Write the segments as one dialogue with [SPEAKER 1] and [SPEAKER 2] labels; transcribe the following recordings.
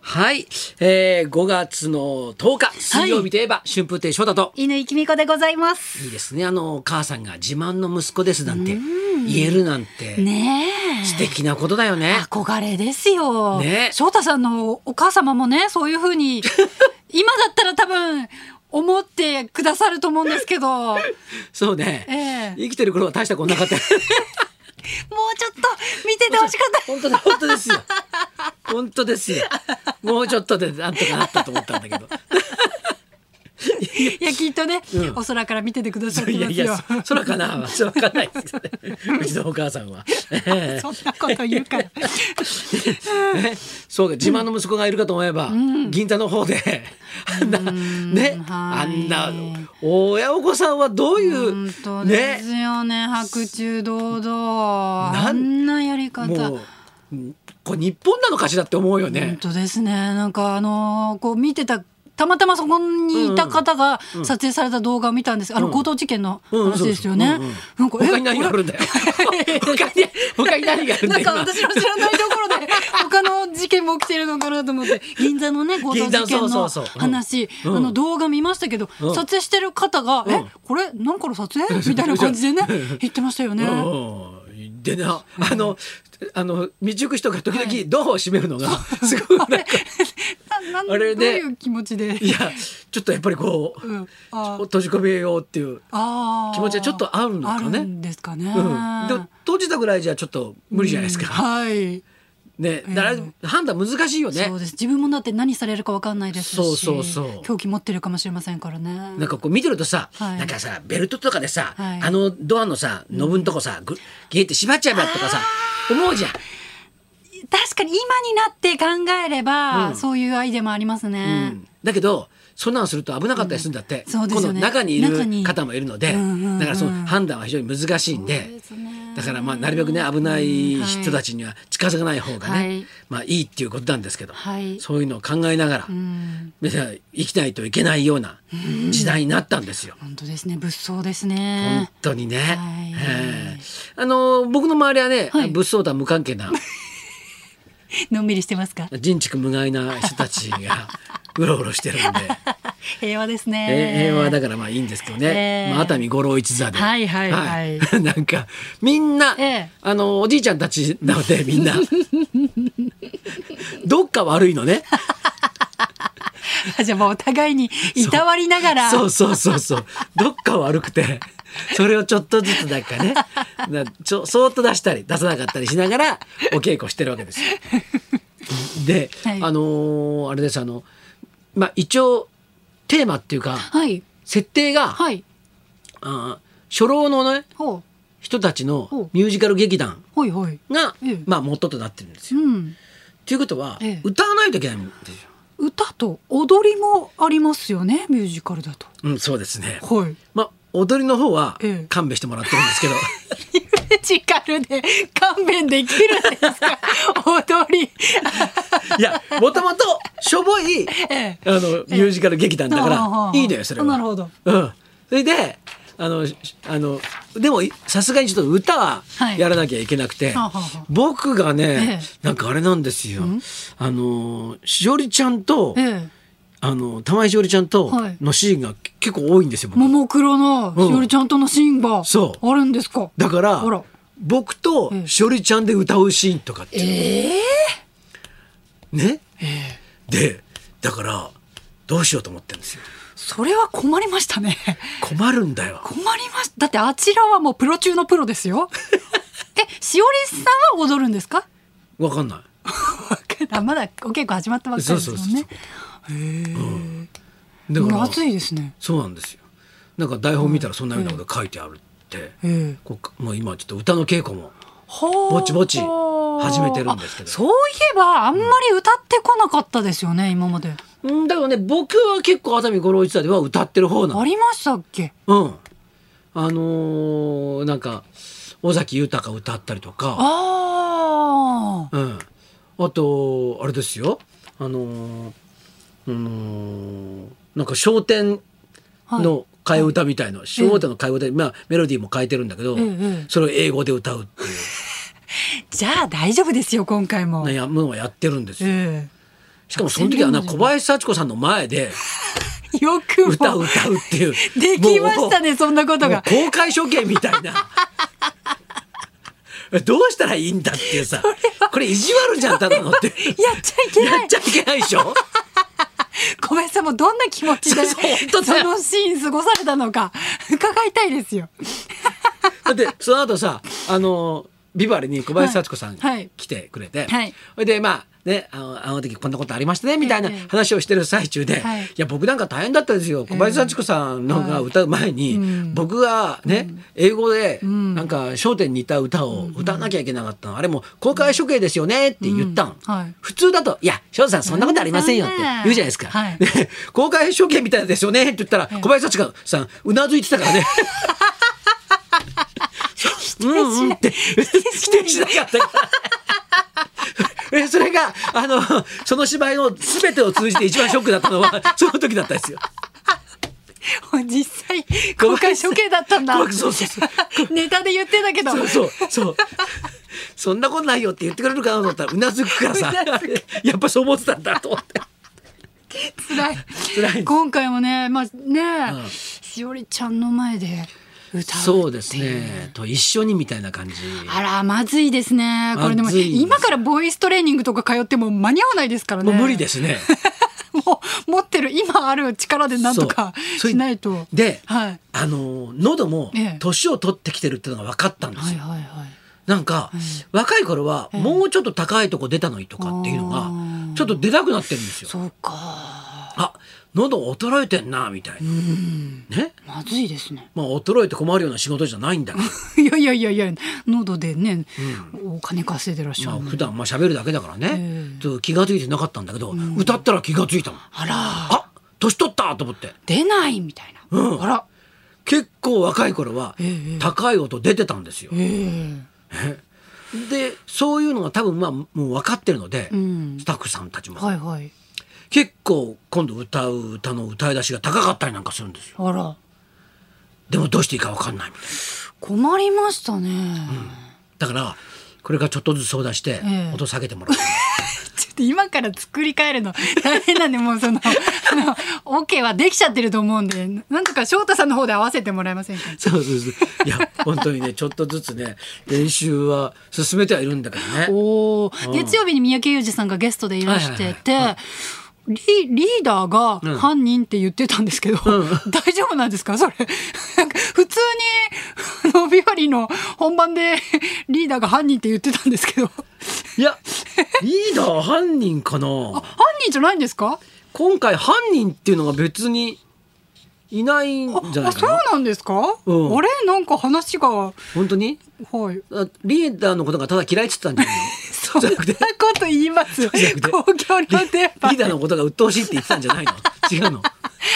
[SPEAKER 1] はい、えー、5月の10日水曜日といえば、春風亭昇太と
[SPEAKER 2] 犬井きみこでございます。
[SPEAKER 1] いいですねあのお母さんが自慢の息子ですなんて言えるなんて、
[SPEAKER 2] ね
[SPEAKER 1] 素敵なことだよね
[SPEAKER 2] え。憧れですよ。
[SPEAKER 1] ねえ
[SPEAKER 2] 翔太さんのお母様もね、そういうふう に、今だったら多分、思ってくださると思うんですけど、もう
[SPEAKER 1] そうね、
[SPEAKER 2] ええ
[SPEAKER 1] 生きてる頃は大したことなか った
[SPEAKER 2] ちょっと見ててほしかった。
[SPEAKER 1] 本当だ本当ですよ本当ですよもうちょっとでなんとかなったと思ったんだけど
[SPEAKER 2] いや、きっとね、
[SPEAKER 1] うん
[SPEAKER 2] お空から見ててくださって
[SPEAKER 1] い
[SPEAKER 2] ま
[SPEAKER 1] や
[SPEAKER 2] す
[SPEAKER 1] い
[SPEAKER 2] よ
[SPEAKER 1] や。そ空かなそれわかんないですけどねうちのお母さんは。ええ
[SPEAKER 2] そんなこと言うから。
[SPEAKER 1] ね、 そうか自慢の息子がいるかと思えば、銀座の方であんな、ね、
[SPEAKER 2] は
[SPEAKER 1] あ
[SPEAKER 2] い
[SPEAKER 1] んな親御さんはどういう
[SPEAKER 2] 本当で
[SPEAKER 1] ね
[SPEAKER 2] すよね、白昼堂々。
[SPEAKER 1] なん
[SPEAKER 2] あんなやり方。
[SPEAKER 1] もうこれ日本なのかしらって思うよ
[SPEAKER 2] 本
[SPEAKER 1] ね。
[SPEAKER 2] 当ですねなんかあのーこう見てたたまたまそこにいた方が撮影された動画を見たんです、あの強盗事件の
[SPEAKER 1] うん
[SPEAKER 2] 話ですよね、
[SPEAKER 1] うんそう
[SPEAKER 2] なんかえ
[SPEAKER 1] 他に何があるんだよ。 他に他に何があるんだ
[SPEAKER 2] なん
[SPEAKER 1] よ。今
[SPEAKER 2] か私の知らないところで 他の事件も起きてるのかなと思って銀座のね強盗事
[SPEAKER 1] 銀座の
[SPEAKER 2] 件
[SPEAKER 1] そう
[SPEAKER 2] の
[SPEAKER 1] そうそううん
[SPEAKER 2] 話
[SPEAKER 1] うん
[SPEAKER 2] あの動画見ましたけど、
[SPEAKER 1] うん
[SPEAKER 2] 撮影してる方が、
[SPEAKER 1] う
[SPEAKER 2] え
[SPEAKER 1] ん
[SPEAKER 2] これ何から撮影 みたいな感じでね言ってましたよね。
[SPEAKER 1] うんでなあの、あの道行く人が時々ドアを閉めるのがすごいなんか
[SPEAKER 2] ななん
[SPEAKER 1] あれね
[SPEAKER 2] どういう気持ちで
[SPEAKER 1] いやちょっとやっぱりこう、
[SPEAKER 2] うんあー
[SPEAKER 1] 閉じ込めようっていう。
[SPEAKER 2] あー
[SPEAKER 1] 気持ちはちょっと合うのかね
[SPEAKER 2] あるんですかね。
[SPEAKER 1] うん、でも閉じたぐらいじゃちょっと無理じゃないですか。
[SPEAKER 2] はい。
[SPEAKER 1] ね、だから
[SPEAKER 2] うん
[SPEAKER 1] 判断難しいよね
[SPEAKER 2] そ。うです。自分もだって何されるかわかんないですし、
[SPEAKER 1] そうそうそう
[SPEAKER 2] 狂気持ってるかもしれませんからね。
[SPEAKER 1] なんかこう見てるとさ、
[SPEAKER 2] はい
[SPEAKER 1] なんかさベルトとかでさ、
[SPEAKER 2] はい
[SPEAKER 1] あのドアのさノブんとこさ、ぐゲーって縛っちゃえばとかさ思うじゃん。
[SPEAKER 2] 確かに今になって考えれば、
[SPEAKER 1] うん
[SPEAKER 2] そういうアイデアもありますね。
[SPEAKER 1] だけどそんなのすると危なかったりするんだって、
[SPEAKER 2] うんそうですよね
[SPEAKER 1] この中にいる
[SPEAKER 2] 中に
[SPEAKER 1] 方もいるので、
[SPEAKER 2] うんうんうん
[SPEAKER 1] だからその判断は非常に難しいんで
[SPEAKER 2] そうですね
[SPEAKER 1] だからまあなるべくね危ない人たちには近づかない方がね、
[SPEAKER 2] はい
[SPEAKER 1] まあいいっていうことなんですけど、
[SPEAKER 2] はい
[SPEAKER 1] そういうのを考えながら、
[SPEAKER 2] うん。
[SPEAKER 1] 別に生きないといけないような時代になったんですよ。
[SPEAKER 2] 本当ですね。物騒です
[SPEAKER 1] 本
[SPEAKER 2] ね。
[SPEAKER 1] 当にね、
[SPEAKER 2] はい
[SPEAKER 1] ええあの僕の周りはね、
[SPEAKER 2] はい
[SPEAKER 1] 物騒だ無関係な
[SPEAKER 2] のんびりしてますか。
[SPEAKER 1] 人畜無害な人たち がうろうろしてるんで、
[SPEAKER 2] 平和です
[SPEAKER 1] え
[SPEAKER 2] ね。
[SPEAKER 1] 平和だからまあいいんですけどね、
[SPEAKER 2] ええ
[SPEAKER 1] まあ、熱海五郎一座で、
[SPEAKER 2] はいはいはい
[SPEAKER 1] なんかみんな、
[SPEAKER 2] ええ
[SPEAKER 1] あのおじいちゃんたちなのでみん などっか悪いのね
[SPEAKER 2] あじゃあもうお互いにいたわりながら。
[SPEAKER 1] そうそうそうそうどっか悪くてそれをちょっとずつなんかねなちょそーっと出したり出さなかったりしながらお稽古してるわけですよ。で、
[SPEAKER 2] はい
[SPEAKER 1] あのーあれですあのまあ一応テーマっていうか
[SPEAKER 2] はい
[SPEAKER 1] 設定が、
[SPEAKER 2] はい。
[SPEAKER 1] あー初老のね
[SPEAKER 2] ほう
[SPEAKER 1] 人たち
[SPEAKER 2] ほ
[SPEAKER 1] の
[SPEAKER 2] う
[SPEAKER 1] ミュージカル劇団
[SPEAKER 2] ほいほい。
[SPEAKER 1] が、
[SPEAKER 2] ええ
[SPEAKER 1] まあ元となってるんです
[SPEAKER 2] う
[SPEAKER 1] よ。
[SPEAKER 2] ん。
[SPEAKER 1] ということは、
[SPEAKER 2] ええ
[SPEAKER 1] 歌わないといけないんですよ。
[SPEAKER 2] 歌と踊りもありますよね。ミュージカルだと。
[SPEAKER 1] うん、そうですね。
[SPEAKER 2] はい。
[SPEAKER 1] まあ踊りの方は
[SPEAKER 2] ええ
[SPEAKER 1] 勘弁してもらってるんですけど、
[SPEAKER 2] ミュージカルで 勘弁できるんですか 踊り。
[SPEAKER 1] いやもともとしょぼい
[SPEAKER 2] ええ
[SPEAKER 1] あのミュージカル劇団だか
[SPEAKER 2] あああ
[SPEAKER 1] ら
[SPEAKER 2] あ
[SPEAKER 1] いいのよそれは。
[SPEAKER 2] なるほど。
[SPEAKER 1] うん。それであのしあのでもいさすがにちょっと歌は
[SPEAKER 2] はい
[SPEAKER 1] やらなきゃいけなくて、
[SPEAKER 2] はあはあはあ
[SPEAKER 1] 僕がね、
[SPEAKER 2] ええ
[SPEAKER 1] なんかあれなんですよ。あのしおりちゃんと、
[SPEAKER 2] ええ、
[SPEAKER 1] あの玉井しおりちゃんと
[SPEAKER 2] はい
[SPEAKER 1] のシーンが結構多いんですよ。僕
[SPEAKER 2] ももクロのしおりちゃんとのシーンが
[SPEAKER 1] そう
[SPEAKER 2] あるんですか。
[SPEAKER 1] だから
[SPEAKER 2] あら
[SPEAKER 1] 僕と
[SPEAKER 2] ええ
[SPEAKER 1] しおりちゃんで歌うシーンとかって、
[SPEAKER 2] ええ
[SPEAKER 1] ね。
[SPEAKER 2] ええ
[SPEAKER 1] でだからどうしようと思ってるんですよ。
[SPEAKER 2] それは困りましたね。
[SPEAKER 1] 困るんだよ。
[SPEAKER 2] 困りました。だってあちらはもうプロ中のプロです よ。え、しおりさんは踊るんですか。
[SPEAKER 1] わかんない。
[SPEAKER 2] わかんないまだお稽古始まったばっかりですもんね。
[SPEAKER 1] だから
[SPEAKER 2] もう暑いですね。
[SPEAKER 1] そうなんですよ。なんか台本見たらそんなようなこと書いてあるって。
[SPEAKER 2] ええ
[SPEAKER 1] こうもう今ちょっと歌の稽古も。ぼ
[SPEAKER 2] ぼ
[SPEAKER 1] ちぼち始めてるんですけど
[SPEAKER 2] そういえばあんまり歌ってこなかったですよね、今まで
[SPEAKER 1] うんだけどね僕は結構熱海五郎一座では歌ってる方な
[SPEAKER 2] あ
[SPEAKER 1] の。
[SPEAKER 2] りましたっけ
[SPEAKER 1] うん。あのーなんか尾崎豊歌ったりとか。
[SPEAKER 2] ああ
[SPEAKER 1] うん。あとあれですよ。あのーうーんなんか商店
[SPEAKER 2] はい
[SPEAKER 1] の替え歌みたいな、商店の替え歌、まあメロディーも変えてるんだけど、
[SPEAKER 2] ええ
[SPEAKER 1] それを英語で歌うっていう。
[SPEAKER 2] じゃあ大丈夫ですよ今回も、
[SPEAKER 1] やもうやってるんですよ。
[SPEAKER 2] ええ
[SPEAKER 1] しかもその時はな小林幸子さんの前 で
[SPEAKER 2] よくも
[SPEAKER 1] 歌を歌うっていう
[SPEAKER 2] できましたねそんなこと
[SPEAKER 1] もう
[SPEAKER 2] が
[SPEAKER 1] 公開処刑みたいな どうしたらいいんだっていうさこれ意地悪じゃんただのって
[SPEAKER 2] やっちゃいけな
[SPEAKER 1] や
[SPEAKER 2] い
[SPEAKER 1] っちゃいけないでしょ
[SPEAKER 2] 小林さんもどんな気持ちで
[SPEAKER 1] そうそう本当だよ
[SPEAKER 2] そのシーン過ごされたのか伺いたいですよ
[SPEAKER 1] だってその後さあのビバリーに小林幸子さん
[SPEAKER 2] はいはい
[SPEAKER 1] 来てくれて、
[SPEAKER 2] はい
[SPEAKER 1] それでまあねあのあの時こんなことありましたねみたいな
[SPEAKER 2] ええ
[SPEAKER 1] 話をしてる最中で、
[SPEAKER 2] はい
[SPEAKER 1] い、や僕なんか大変だったですよ小林幸子さんのが歌う前に、僕がね、英語でなんか『笑点』に似た歌を歌わなきゃいけなかったの、あれも公開処刑ですよねって言ったの、
[SPEAKER 2] うんはい
[SPEAKER 1] 普通だと「いや翔太さんそんなことありませんよ」って言うじゃないですか、
[SPEAKER 2] はい
[SPEAKER 1] で公開処刑みたいですよねって言ったら小林幸子さんうなずいてたからね。うんうんって 否定しなかったから。えそれがあのその芝居の全てを通じて一番ショックだったの はその時だったんですよ。
[SPEAKER 2] 実際公開処刑だったんだ
[SPEAKER 1] 怖くそうそうそう
[SPEAKER 2] ネタで言ってたけど
[SPEAKER 1] そうそうそう。そんなことないよって言ってくれるかなと思ったらうなずくからさやっぱそう思ってたんだと思 って。
[SPEAKER 2] 辛い
[SPEAKER 1] 辛いです
[SPEAKER 2] 今回もねまあね、
[SPEAKER 1] ん
[SPEAKER 2] しおりちゃんの前で歌うっていう
[SPEAKER 1] そうですね。と一緒にみたいな感じ。
[SPEAKER 2] あらまずいですねこれでも
[SPEAKER 1] まずいです
[SPEAKER 2] 今からボイストレーニングとか通っても間に合わないですからね
[SPEAKER 1] もう無理ですすね。
[SPEAKER 2] もう持ってる今ある力でなんとか
[SPEAKER 1] そう
[SPEAKER 2] しないと
[SPEAKER 1] それで、
[SPEAKER 2] はい
[SPEAKER 1] あの喉も
[SPEAKER 2] ええ
[SPEAKER 1] 年を取ってきてるっていうのが分かったんですよ。
[SPEAKER 2] はいはいはい
[SPEAKER 1] なんか、若い頃はもうちょっと高いとこ出たのにとかっていうのが
[SPEAKER 2] あー
[SPEAKER 1] ちょっと出なくなってるんですよ。
[SPEAKER 2] そうか
[SPEAKER 1] あ喉衰えてんなみたいな。ね
[SPEAKER 2] まずいですね
[SPEAKER 1] まあ衰えて困るような仕事じゃないんだけど、
[SPEAKER 2] いやいやいやいや喉でね、お金稼いでらっしゃ
[SPEAKER 1] まあ
[SPEAKER 2] るのに
[SPEAKER 1] 普段まあ喋るだけだからね
[SPEAKER 2] ええ
[SPEAKER 1] ちょっと気が付いてなかったんだけど、歌ったら気が付いたの。
[SPEAKER 2] あら
[SPEAKER 1] あ年取ったと思って
[SPEAKER 2] 出ないみたいな、
[SPEAKER 1] うん
[SPEAKER 2] あら
[SPEAKER 1] 結構若い頃は
[SPEAKER 2] ええ
[SPEAKER 1] 高い音出てたんですよ。
[SPEAKER 2] ええ
[SPEAKER 1] でそういうのが多分まあもう分かってるので、
[SPEAKER 2] うん
[SPEAKER 1] スタッフさんたちも
[SPEAKER 2] はいはい
[SPEAKER 1] 結構今度歌う歌の歌い出しが高かったりなんかするんですよ。
[SPEAKER 2] あら
[SPEAKER 1] でもどうしていいか分かんないみたいな。
[SPEAKER 2] 困りましたね、
[SPEAKER 1] だからこれからちょっとずつ相談して
[SPEAKER 2] ええ
[SPEAKER 1] 音下げてもらおう、
[SPEAKER 2] ちょっと今から作り変えるの大変なんでもうそのあのオ、ケはできちゃってると思うんでなんとか翔太さんの方で合わせてもらえませんか
[SPEAKER 1] そうそうそういや本当にねちょっとずつね練習は進めてはいるんだけどね
[SPEAKER 2] おお、月曜日に三宅裕二さんがゲストでいらしてて、リリーダー
[SPEAKER 1] うん
[SPEAKER 2] が犯人って言ってたんですけど、大丈夫なんですかそれなんか普通にあのビバリーの本番でリーダーが犯人って言ってたんですけど犯
[SPEAKER 1] いやリーダー犯人かな
[SPEAKER 2] 人じゃないんですか
[SPEAKER 1] 今回犯人っていうのが別にいないんじゃな
[SPEAKER 2] あ
[SPEAKER 1] いか
[SPEAKER 2] そう
[SPEAKER 1] な
[SPEAKER 2] なんですか、
[SPEAKER 1] うん
[SPEAKER 2] あれなんか話がは
[SPEAKER 1] 本当に
[SPEAKER 2] い
[SPEAKER 1] あリーダーのことがただ嫌いっつったんじゃない
[SPEAKER 2] そんなこと言います公共の電
[SPEAKER 1] の
[SPEAKER 2] 波
[SPEAKER 1] リーダーのことが鬱陶しいって言ってたんじゃないの違 うの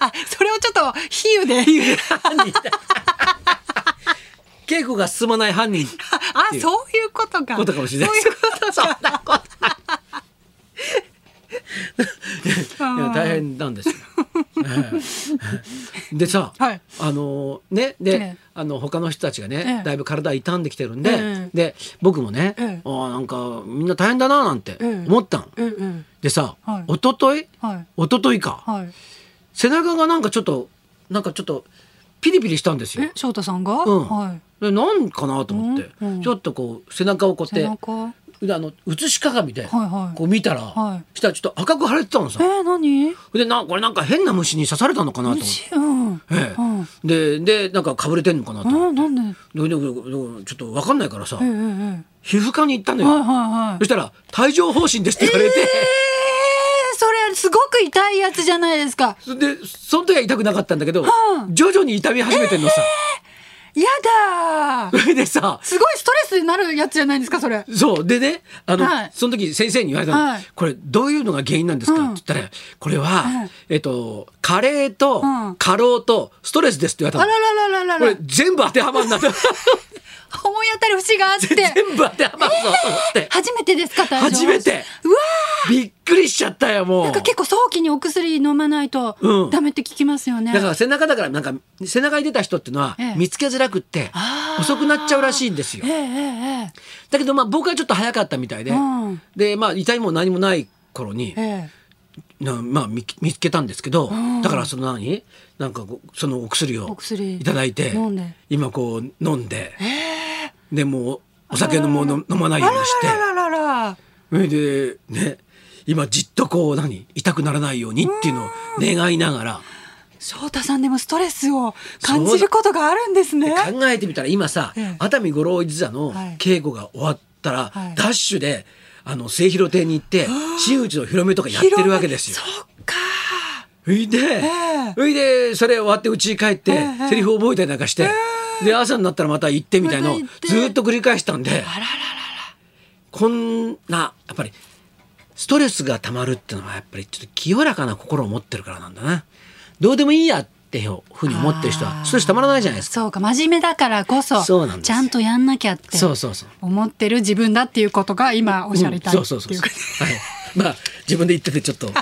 [SPEAKER 2] あそれをちょっと比喩で言う
[SPEAKER 1] 犯人だ稽古が進まない犯人
[SPEAKER 2] あそういうことか
[SPEAKER 1] ことかもしれない
[SPEAKER 2] そういうこと
[SPEAKER 1] そんなこといや
[SPEAKER 2] あー
[SPEAKER 1] 大変なんですよ。ええでさ、
[SPEAKER 2] はい
[SPEAKER 1] あのねで、
[SPEAKER 2] ええ
[SPEAKER 1] あの他の人たちがね、
[SPEAKER 2] ええ
[SPEAKER 1] だいぶ体傷んできてるんで、
[SPEAKER 2] ええ
[SPEAKER 1] で僕もね、
[SPEAKER 2] ええ
[SPEAKER 1] あーなんかみんな大変だななんて
[SPEAKER 2] ええ
[SPEAKER 1] 思ったん。
[SPEAKER 2] うんうん
[SPEAKER 1] でさ、
[SPEAKER 2] はい
[SPEAKER 1] 一昨日
[SPEAKER 2] はい
[SPEAKER 1] 一昨日か、
[SPEAKER 2] はい
[SPEAKER 1] 背中がなんかちょっとなんかちょっとピリピリしたんですよ
[SPEAKER 2] え。翔太さんが、
[SPEAKER 1] うん
[SPEAKER 2] はい
[SPEAKER 1] でなんかなと思って、
[SPEAKER 2] うんうん
[SPEAKER 1] ちょっとこう背中をこう
[SPEAKER 2] 背
[SPEAKER 1] やっ
[SPEAKER 2] 中はい
[SPEAKER 1] てであの映し鏡で
[SPEAKER 2] はい
[SPEAKER 1] こう見たら、
[SPEAKER 2] はい
[SPEAKER 1] したらちょっと赤く腫れてたのさ
[SPEAKER 2] え。ー、何
[SPEAKER 1] でなこれなんか変な虫に刺されたのかなと思って。
[SPEAKER 2] 虫うん
[SPEAKER 1] ええ
[SPEAKER 2] うん
[SPEAKER 1] ででなんかかぶれてんのかなと
[SPEAKER 2] う
[SPEAKER 1] 思っ
[SPEAKER 2] んなんで
[SPEAKER 1] て、ででででちょっと分かんないからさ、
[SPEAKER 2] えええ
[SPEAKER 1] 皮膚科に行ったの
[SPEAKER 2] えはいはい
[SPEAKER 1] よ、
[SPEAKER 2] はい
[SPEAKER 1] そしたら「帯状疱疹です」って言われて、
[SPEAKER 2] えー、それすごく痛いやつじゃないですか
[SPEAKER 1] でその時は痛くなかったんだけど、
[SPEAKER 2] はあ
[SPEAKER 1] 徐々に痛み始めてんのさ、
[SPEAKER 2] やだー
[SPEAKER 1] それでさ
[SPEAKER 2] すごいストレスになるやつじゃないですかそれ
[SPEAKER 1] そうでねあの、
[SPEAKER 2] はい
[SPEAKER 1] その時先生に言われたの、
[SPEAKER 2] はい
[SPEAKER 1] これどういうのが原因なんですか?」
[SPEAKER 2] うん
[SPEAKER 1] って言ったら「これは、
[SPEAKER 2] はい
[SPEAKER 1] えっと加齢と
[SPEAKER 2] うん
[SPEAKER 1] 過労とストレスです」って言われた
[SPEAKER 2] あら
[SPEAKER 1] の。
[SPEAKER 2] らららら
[SPEAKER 1] こ
[SPEAKER 2] ら
[SPEAKER 1] れ全部当てはまるな と
[SPEAKER 2] 思い当たる節があって
[SPEAKER 1] 全部当てはまるぞと思って
[SPEAKER 2] 初めてですか 大丈夫
[SPEAKER 1] 初めて
[SPEAKER 2] うわ
[SPEAKER 1] びっくりしちゃったよもう
[SPEAKER 2] ーなんか結構早期にお薬飲まないと
[SPEAKER 1] うん
[SPEAKER 2] ダメって聞きますよね、
[SPEAKER 1] だから背中だからなんか背中に出た人っていうのは
[SPEAKER 2] ええ
[SPEAKER 1] 見つけづらくって
[SPEAKER 2] あー
[SPEAKER 1] 遅くなっちゃうらしいんですよ
[SPEAKER 2] ええええ
[SPEAKER 1] だけどまあ僕はちょっと早かったみたいで、
[SPEAKER 2] うん
[SPEAKER 1] でまあ痛いも何もない頃に
[SPEAKER 2] ええ
[SPEAKER 1] なまあ、見見つけたんですけど、
[SPEAKER 2] ん
[SPEAKER 1] だからその何なんかこうそのお薬を
[SPEAKER 2] お薬
[SPEAKER 1] いただいて
[SPEAKER 2] 飲んで
[SPEAKER 1] 今こう飲んで、でもうお酒のもう飲飲まないようにして
[SPEAKER 2] あらららら
[SPEAKER 1] それでね今じっとこう何痛くならないようにっていうのを願いながら
[SPEAKER 2] 翔太さんでもストレスを感じることがあるんですね。
[SPEAKER 1] 考えてみたら今さ、
[SPEAKER 2] ええ
[SPEAKER 1] 熱海五郎一座の
[SPEAKER 2] はい
[SPEAKER 1] 稽古が終わったら、
[SPEAKER 2] はい
[SPEAKER 1] ダッシュであの末広亭に行って真打ちの広めとかやってるわけですよ。
[SPEAKER 2] 広がそっか。
[SPEAKER 1] そいで、
[SPEAKER 2] え
[SPEAKER 1] そいでそれ終わって家に帰って、
[SPEAKER 2] ええ
[SPEAKER 1] セリフ覚えたりなんかして、で朝になったらまた行ってみたいのを
[SPEAKER 2] また行って
[SPEAKER 1] ずーっと繰り返したんで
[SPEAKER 2] あららら
[SPEAKER 1] こんなやっぱりストレスがたまるっていうのはやっぱりちょっと清らかな心を持ってるからなんだなどうでもいいやっていうふうに思ってる人
[SPEAKER 2] あ
[SPEAKER 1] は
[SPEAKER 2] ー
[SPEAKER 1] ストレスたまらないじゃないですか
[SPEAKER 2] そうか真面目だからこそ
[SPEAKER 1] そうなんです
[SPEAKER 2] ちゃんとやんなきゃって
[SPEAKER 1] そうそうそう
[SPEAKER 2] 思ってる自分だっていうことが今おっしゃりたい
[SPEAKER 1] うん
[SPEAKER 2] って
[SPEAKER 1] そうそうそう
[SPEAKER 2] いう
[SPEAKER 1] そ
[SPEAKER 2] か
[SPEAKER 1] うはいまあ自分で言っててちょっと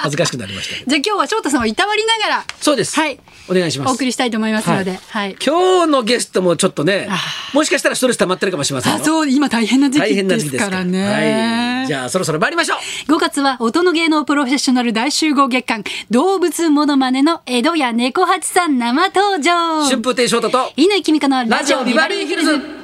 [SPEAKER 1] 恥ずかしくなりました けど
[SPEAKER 2] じゃあ今日は翔太さんをいたわりながら
[SPEAKER 1] そうです
[SPEAKER 2] はい
[SPEAKER 1] お願いします
[SPEAKER 2] お送りしたいと思いますので、はい
[SPEAKER 1] 今日のゲストもちょっとね
[SPEAKER 2] あ
[SPEAKER 1] もしかしたらストレス溜まってるかもしれません
[SPEAKER 2] あ
[SPEAKER 1] よ
[SPEAKER 2] そう今大変な時
[SPEAKER 1] 大
[SPEAKER 2] 期
[SPEAKER 1] 変な
[SPEAKER 2] で
[SPEAKER 1] 時期
[SPEAKER 2] す
[SPEAKER 1] です
[SPEAKER 2] か
[SPEAKER 1] から
[SPEAKER 2] らね。
[SPEAKER 1] はい、じゃあそろそろ参りましょう
[SPEAKER 2] 5月は音の芸能プロフェッショナル大集合月間動物モノマネの江戸や猫八さん生登場
[SPEAKER 1] 春風亭昇太と
[SPEAKER 2] 犬木美香のラジオビバリーヒルズ